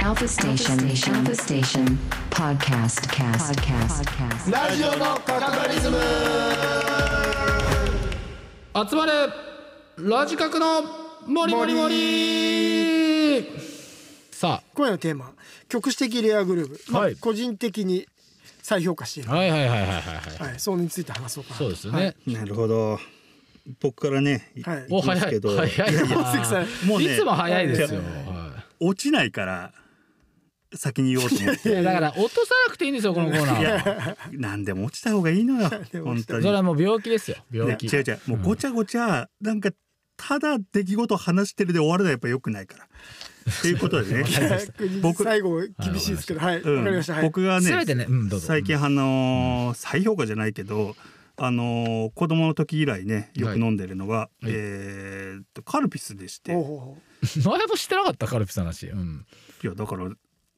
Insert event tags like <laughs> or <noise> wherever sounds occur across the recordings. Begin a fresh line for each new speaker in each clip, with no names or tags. Alpha Station. Alpha Station. Podcast. Cast. Podcast.
ラジオのカタリズム
集まれラジカクの森森森さ
今夜のテーマ局地的レアグルーヴ、まあ
はい
個人的に再評価している
あ、はいはいはいはいはいはい
はい、それについて話そうかな
そうですよね、
なるほど。僕からね、い
はい
お
いきます
早
け
い
ど、
早い
はい関さん
もう
い
ね
つも早いですよ、は
落ちないから先に言おうと思っ
いい
て。
やだから落とさなくていいんですよこのコーナ
い
ーは
や、なんでも落ちた方がいいのよ。本当
そ
に。
れはもう病気ですよ病
ね
気、
違う違う、もうごちゃごちゃ、なんかただ出来事話してるで終わるのはやっぱ良くないから。っていうこと
<laughs>
でね。
逆 <laughs> に
僕
最後厳しいですけどはいわ
うん
かりました、はい
僕がね
全てねうんど <laughs> うぞ
最近あのー再評価じゃないけど、あのー子供の時以来ねよく飲んでるのが、えーっとカルピスでして
ほうほうほ
前もしてなかったカルピスの話うん
いやだから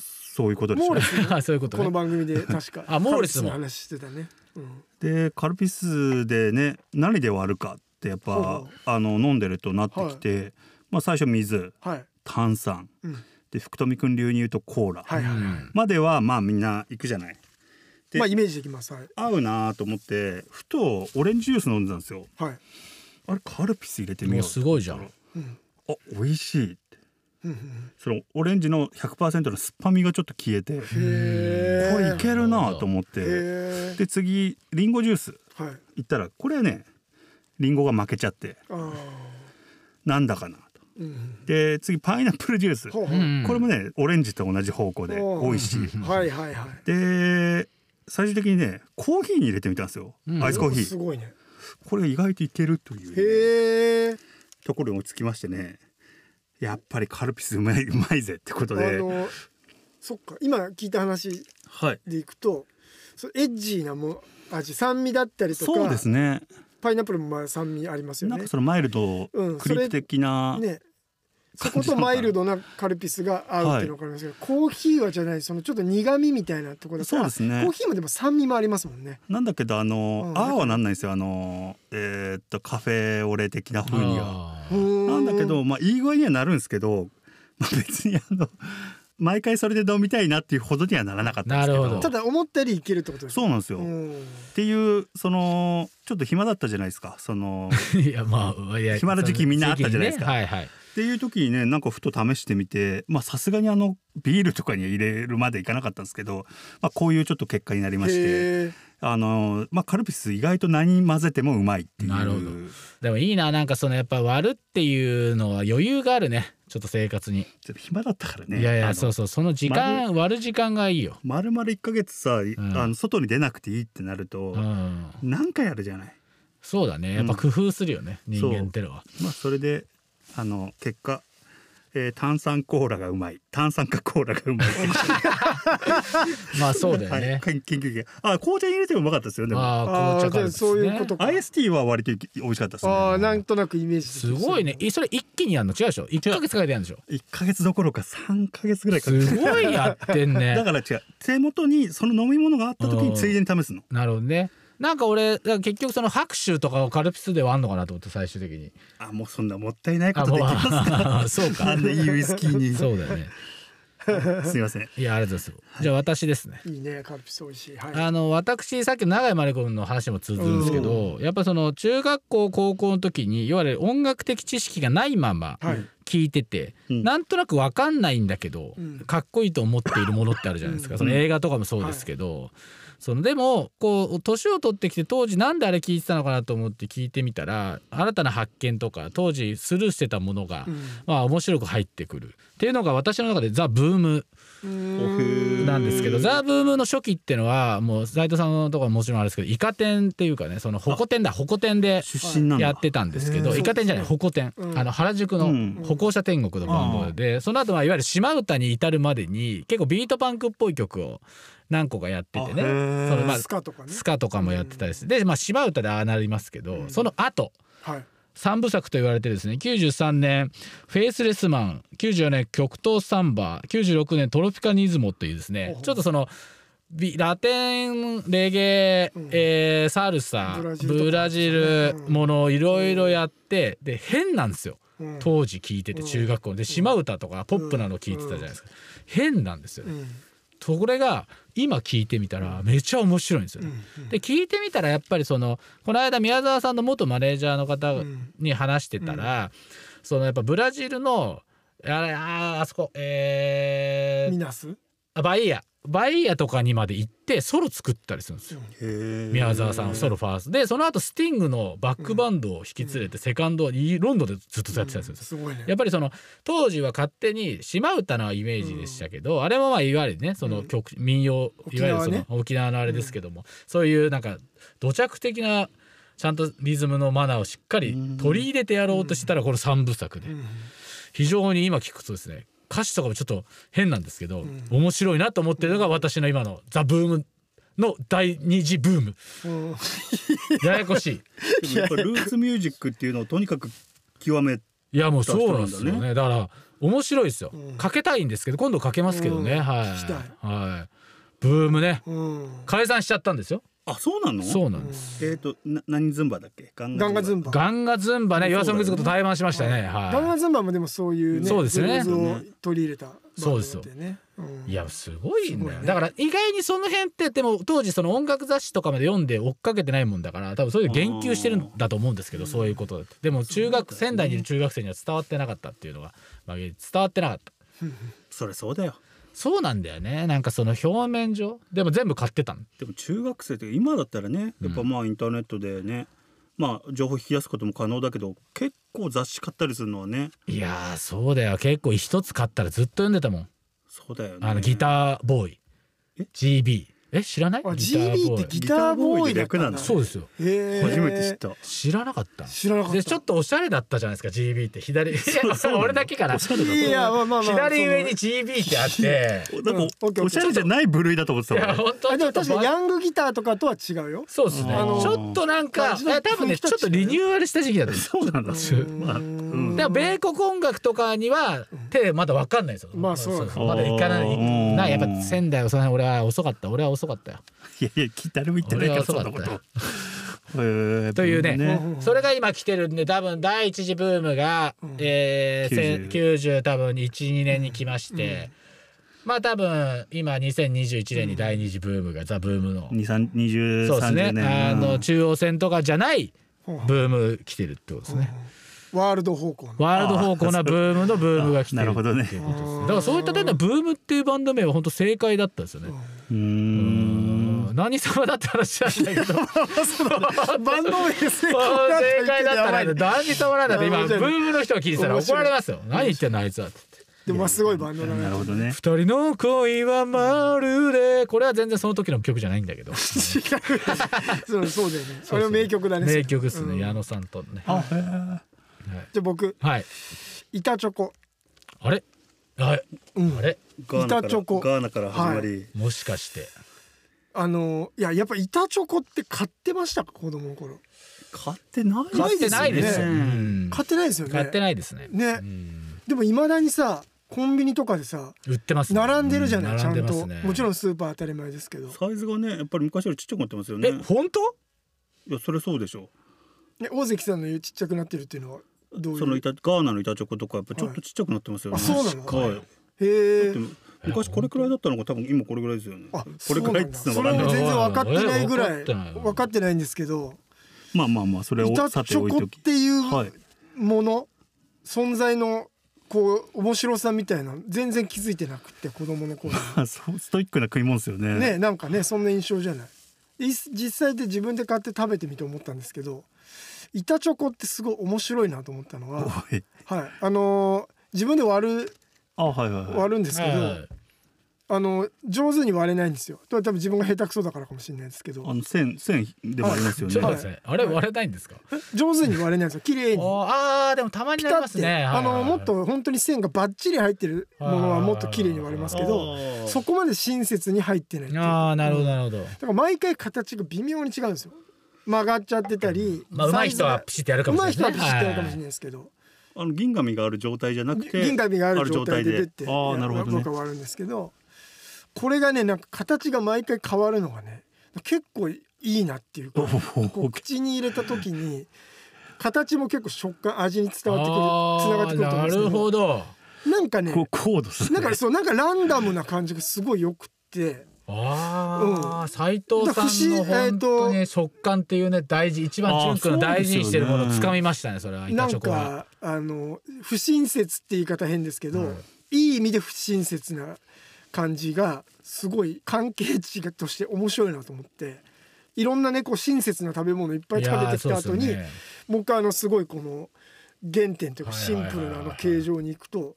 そういうこと
う
です
モー
よ
レ
ね。
ス
あそういうこと
この
ね
番組で確
<laughs>
か
あモーレスも
カルピの話してたね、うん、
でカルピスでね何で割るかってやっ
ほう
ぱ
ほう
あの飲んでるとなってきて、まあ、最初水
はい、
炭酸
うん、
で福富君流に言うとコーラ
はいはいはい、
まではまあみんな行くじゃない。で
まあイメージできますはい
合うなと思ってふとオレンジジュース飲んでたんですよ。
はい
あれカルピス入れてみ
も
よ
う
う
すごいじゃん
あ美味しいって
うんうん
そのオレンジの100%の酸っぱみがちょっと消えてこ
へえ
れいけるなと思って
へえ
で次リンゴジュース
はい
行ったらこれねリンゴが負けちゃって
あー
なんだかなと
うん
で次パイナップルジュース
ほう
こ
ほう、
うん
れもねオレンジと同じ方向で
おう
美味しい
はいはいはい
で最終的にねコーヒーに入れてみたんですよ
うん
アイスコーヒ
す
ー
ごいね
これ意外といけるという
へえ
ところに落ち着きましてねやっぱりカルピスうまいうまいぜってこと
あ
で
のそっか今聞いた話
はい
でいくとそのエッジーなも味酸味だったりとか
そうですね
パイナップルもまあ酸味ありますよ
なん
ね
かそのマイルド
うん
クリープ的な、
ねそ
感
こ
じ
と
なのかな
マイルドなカルピスが合うっていうのが分かりますけど、コーヒーはじゃないそのちょっと苦味みたいなところだから
そうですね
コーヒーもでも酸味もありますもんね
なんだけどあの、
うん
ああはなんないんですよあのえーっとカフェオレ的な風には。
あ
う
ー
ー
なんだけどまあいい具合にはなるんですけど、 <laughs> まあ、別にあの毎回それで飲みたいなっていうほどにはならなかったんですけど
なるほど
ただ思ったよりいけるってことです
そうなんですよ。っ
ん
ていうそのちょっと暇だったじゃないですかその
<laughs> いやまあいや
暇な時期みんなあったじゃないですか
時期ねはいはい
っていう時にねなんかふと試してみてまあさすがにあのビールとかには入れるまでいかなかったんですけど、まあ、こういうちょっと結果になりまして。
へえ
あのまあ、カルピス意外と何混ぜてもうまいっていう
なるほどでもいいななんかそのやっぱ割るっていうのは余裕があるねちょっと生活に、
ちょっと暇だったからね
いやい
あ
や
の
そうそうその時間割る時間がいいよ、
丸々1ヶ月さ、い
ん
あの外に出なくていいってなると、
うん、
何回あるじゃない、
そうだねやっぱ工夫するよね、人間ってのは
まあ、それであの結果、えー炭酸コーラがうまい炭酸かコーラがうまい
まあそうだよ
はい
ね、
研究結果あ紅茶に入れてもうまかったですよでも
ああ紅
あー
茶カルピス、ね、
じゃあそういうことか
アイスティーは割といき美味しかったですね
ああなんとなくイメージです
ごいねえそれ一気にやるの違うでしょ1ヶ月かけてやるんでしょ
1ヶ月どころか3ヶ月ぐらいかけて
すごいやってんね
だから違う手元にその飲み物があった時についでに試すの
なるほどねなんか俺だから結局その拍手とかをカルピスではあんのかなと思って最終的に
あもうそんなもったいないこ
あ
と
も
で
う
きますか
そうか
<laughs> あんないいウイスキーに
そうだよね
すいません
いやありがとうございますじゃあ私ですね
いいねカルピス美味しいはい
あの私さっきの永井真理子の話も通ずるんですけどやっぱその中学校高校の時にいわゆる音楽的知識がないまま
はい
聞いてて、
うん
なんとなくわかんないんだけど、
うん
かっこいいと思っているものってあるじゃないですか、
うん
その映画とかもそうですけど、そのでもこう年を取ってきて当時なんであれ聞いてたのかなと思って聞いてみたら新たな発見とか当時スルーしてたものが、まあ面白く入ってくるっていうのが私の中でザ・ブーム
うん
なんですけど、ザ・ブームの初期ってのはもう斉藤さんのとこはもちろんあるんですけどイカ天っていうかねそのホコ天だホコ天で
出身なんだ
やってたんですけ
へ
ど
ー
イカ天じゃないホコ天、
うん
あの原宿
う
の
ん
歩行者天国のバンドで、その後はいわゆる島唄に至るまでに結構ビートパンクっぽい曲を何個かやっててね
あへー
そのまあ
スカとかね
スカとかもやってたりしてで、まあ、島唄でああなりますけど、その後
はい
三部作と言われてですね93年「フェイスレスマン」94年「極東サンバ」96年「トロピカニズモ」というですねちょっとそのビラテンレゲエ、
うん
えーサルサ
ブラジルとか
ブラジル
うん
ものいろいろやってで変なんですよ
うん
当時聞いてて
うん
中学校ので島歌とかポップなの聞いてたじゃないですか変なんですよ
う
ね。
ん
とこれが今聞いてみたらめちゃ面白いんですよ
う
ね。
ん
で聞いてみたらやっぱりそのこの間宮沢さんの元マネージャーの方
うん
に話してたら、そのやっぱブラジルのあれあーあそこえ
ミ
ー、
ナス
あバイヤバイヤとかにまで行ってソロ作ったりするんですよ。宮沢さんはソ
ロ
ロファーストでその後スティングのバックバンドを引き連れてセカンドはいロンドンでずっとやってたんですよ。
すごいね
やっぱりその当時は勝手に島唄のイメージでしたけど、あれもまあいわゆるねその曲、民謡い
沖
わゆる
縄
その
ね
沖縄,、のあれですけども、そういうなんか土着的なちゃんとリズムのマナーをしっかり取り入れてやろうとしたらこの三部作で、
ん
非常に今聞くとですね歌詞とかもちょっと変なんですけど、面白いなと思ってるのが私の今の「ザ・ブームの第二次ブーム
うん
ややこしい。
やっぱルーツミュージックっていうのをとにかく極め
いやもうそうなんですよ
出し
ね。だから面白いですよ。かけたいんですけど、今度かけますけどね。
うん
はい。
聞きたい
はい。ブームね。
うん
解散しちゃったんですよ。
あそうなの
そうなんです。
えっ、とな何ズンバだっけガン
ガンガズン
バ
バ
ガンガズンバね、
そうだよ
岩
ね
さんみずこと対バンしましたね。
ガンガ
は
ズンバもでもそういうね
そうですよね
ルーズを取り入れたバンドだったよねうん
い。いやすごいんだ
すごい
よ。
ね
だから意外にその辺ってでも当時その音楽雑誌とかまで読んで追っかけてないもんだから、多分そういう言及してるんだと思うんですけど、そういうことだって。でも中学仙台にいる中学生には伝わってなかったっていうのが、まあ伝わってなかった。
それそうだよ
そうなんだよね。なんかその表面上でも全部買ってたの。
でも中学生って今だったらねやっぱまあインターネットでね、まあ情報引き出すことも可能だけど結構雑誌買ったりするのはね
いやーそうだよ結構一つ買ったらずっと読んでたもん
そうだよね
あのギターボーイ
え
GB え知らない
あ
ギター
GB
ボ
っ
ー
て
イ
ギターボーイだったんだ
ギターボーイで略なんだ
そうですよ
へー
初めて知った、
知らなかった
知らなかった
でちょっとおしゃれだったじゃないですか GB って左 <laughs> 俺だけかな
いやまあまあまあ
左上に GB ってあ
<laughs>
って
なんか
うんオッケー
おしゃれじゃない部類だと思って
い
た
や
もん
本
あ
当
で
ちょ
も
っと
確かにヤングギターとかとは違うよ
そうですね
あの
ちょっとなんか
感じ
い
の
や多分ねちょっとリニューアルした時期だったんです
そうなんだまあうん
でも米国音楽とかには手まだわかんないですよ。
まあそうだ
まだ行かな
う
い。
ん
なやっぱ仙台はその辺俺は遅かった。俺は遅かったよ。
いやいや誰も言ってないからそんなこ
俺は
と。へえ
というね
ね
それが今来てるんで多分第一次ブームが、えー、90, 90多分12年に来まして、まあ多分今2021年に第二次ブームが、ザ・ブームの
二三二十
そうで
三
すね
十年
あ
う
の
ん
中央線とかじゃないブーム来てるってことですね。
ワールド方向の
ワールド方向なブームのブームが来てるっていうことですね
な
るほどね
だからそういった点ではブームっていうバンド名は本当正解だったんですよね。
うーん
うん何様だって話なんだけど
バンド
<laughs>
名正
そう正解だったら
<laughs> で
何様なんだって今
面
ブ
白い
ームの人が聞いてたら
面
怒
白
ら
い
れますよ何言ってんのあいつはって
もまあすごいバンドだ
なるほどね。
二人の恋はまるでこれは全然その時の曲じゃないんだけど
違うそうそうだよねそれも名曲だね
<laughs> 名曲です
うん
ね
じゃ
矢野さんとのね
あへー
あ僕
はい
板チョコ
あれあれ
うん
あれ
ガーナから
板チョコ
ガーナから始まり。
もしかして
あのいややっぱ板チョコって買ってましたか子供の頃
買ってないですね。
買ってないですようん
買ってないですよね
買ってないですね
ね
うん
でもいまだにさコンビニとかでさ
売ってますね
並んでるじゃな
う
いちゃん
並でま
と
すね
もちろんスーパー当たり前ですけど
サイズがね、やっぱり昔よりちっちゃくなってますよね。
え本当
いや、それそうでしょ
ね大関さんの言うちっちゃくなってるっていうのはどういう
その板、ガーナの板チョコとか、やっぱちょっとちっちゃくなってますよね。
あそうなの
はい
へえ
でも昔これくらいだったのが、多分今これくらいですよね。
あ
これくらいっつうの
そ
わ
れ
かん
も
ないけど。
全然分かってないぐら
分かっ
い
てない
分かってないんですけど
まあまあまあ、それを
板チ
さて
ョ
おい
コ
と
っ
き。
ていう
はい。
もの存在のこう面白さみたいなの全然気づいてなくて子供の頃
あそうストイックな食い物ですよね。
にねなんかねそんな印象じゃないい実際で自分で買って食べてみて思ったんですけど板チョコってすごい面白いなと思ったのは
はい。
はいあのー自分で割る
あ、はいはいはい。
割るんですけど、
はい
あの上手に割れないんですよこれ多分自分が下手くそだからかもしれないですけど
あの線線でもありますよ
ちょっと待
ね
っ。てくださいあれ割れないんですか
上手に割れないんですよ綺麗に
ああーでもたまに
ピ
な
タ
り
っ
ます
て、
ねはいはい
あ
はい
のもっと本当に線がバッチリ入ってるものはもっと綺麗に割れますけど
あー
そこまで親切に入ってないっていう
ああなるほど
だか
なるほど、
ら毎回形が微妙に違うんですよ曲がっちゃってたり、
まあ上手い人はピシッてやるかもしれないですね
上手い人はピシッてやるかもしれないですけど、
あの銀紙がある状態じゃなくて
銀紙がある状態で出て
ある状態であーなるほど
僕
ね
は割るんですけどこれがねなんか形が毎回変わるのがね結構いいなっていうか
お
こう口に入れた時に形も結構食感味に伝わってくるつながってくると思うん
あーな
です
る
けど
ほど
なんかね
こう高度ですね
なんかそうなんかランダムな感じがすごいよくって
ああ、
う
斉藤さんの
だから不思議え
本
ーと
当に食感っていうね大事一番チュン君の
あーそう
大
です
事
よね
にしてるものを掴みましたねそれは
な
板チ
ん
ョコは。
かあの不親切って言い方変ですけど、
うん
いい意味で不親切な感じがすごい関係値がとして面白いなと思っていろんなねこう親切な食べ物いっぱい食べてきた後
い
に、
やーそうですよね
もう一回あのすごいこの原点というか
はい
シ
はいはいはい
ンプルなあの形状に行くと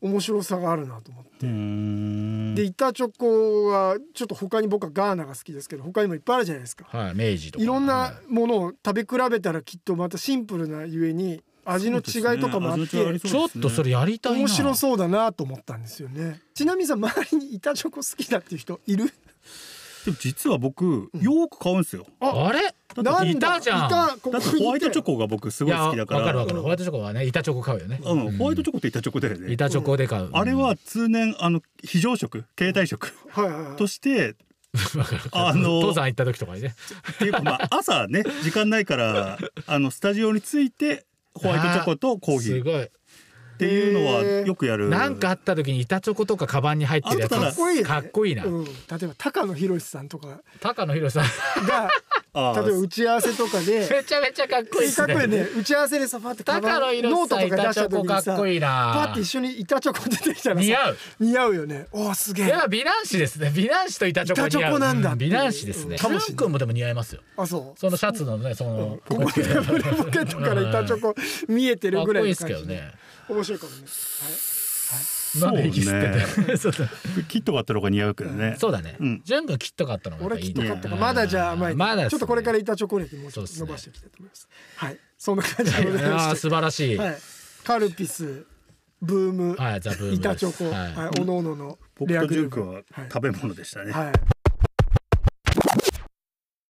面白さがあるなと思って。
うーん
で板チョコはちょっと他に僕はガーナが好きですけど他にもいっぱいあるじゃないですか。
はい、明治とか。
いろん
は
なものを食べ比べたらきっとまたシンプルなゆえに味の違いとかもあって、
そうです
い
ね
ちょっとそれやりたいな。
面白そうだなと思ったんですよねちなみにさ周りに板チョコ好きだっていう人いる
でも実は僕よーく買うんですよ、
あれ
なんだ
いたじゃん。
いたこ
だ
こ
っ
に
て
いて
ホワイトチョコが僕す
い
ごい
や、
好きだ
わ
か
からるわかる。ホワイトチョコはね、板チョコ買うよね。
うんホワイトチョコって板チョコだよね、
板チョコで買う。
あれは通年あの非常食携帯食
はいはいはい
として
わかる、
あの
登山行った時とかにね。
っていうかまあ朝ね時間な
<laughs>
いからあのスタジオに着いてホワイトチョコとコーヒ
す
ーっ
ごい。
ていうのは
へー
よくやる
なんかあった時に板チョコとかカバンに入ってるやつ。
あった
かっこいいね
かっこいいな。
うん、例えば高野博さんとか
高野宏さん。 <laughs>
が
あー
例えば打ち合わせとかで
めちゃめち <laughs> ゃかっこいいっ
せ
す
っかく
ね。
ね打ち合わせでさパってカバン
高野宏
ノート
さん
とか出
板チ
した
ョコ
時
か
に
っ
さ
こいい
パっ
な
て。一緒に板チョコ出てきたらさ
似合う。
似合うよねおーすげ
い
え
や美男子ですね美男子と板チョコ似合う
板チョコなんだ
う美男子です
う
ね
ん
か
か
も
も
し
し
ん
んない
君もでも似合いますよ
あそう
そのシャツのねその
ここでブレポケットから板チョコ見えて
か
る
っ
ぐ
こ
ら
いいで
いの
す
感
け
じ
どね
面白いかもね
なんで息吸っててそうだ
キットがあったのが似合うけどね
そうだね
うん
ジュン君キット買ったのが
俺
い
き
い
っ
ね
と買ったからまだじゃあ甘い、
まだですね
ちょっとこれから板チョコレートもうちょっと
そ
伸
うで
ば
す
し
ね
ていきたいと思いますはいそんな感じでございま
あー
し
素晴らしい
て、はい、カルピスブーム、
はいザブームです
板チョコ、
はい
はい、おのおのの
僕
レア
と
グ
ジュ
ルー
ン
プ
君は食べ物でしたね、
はいはい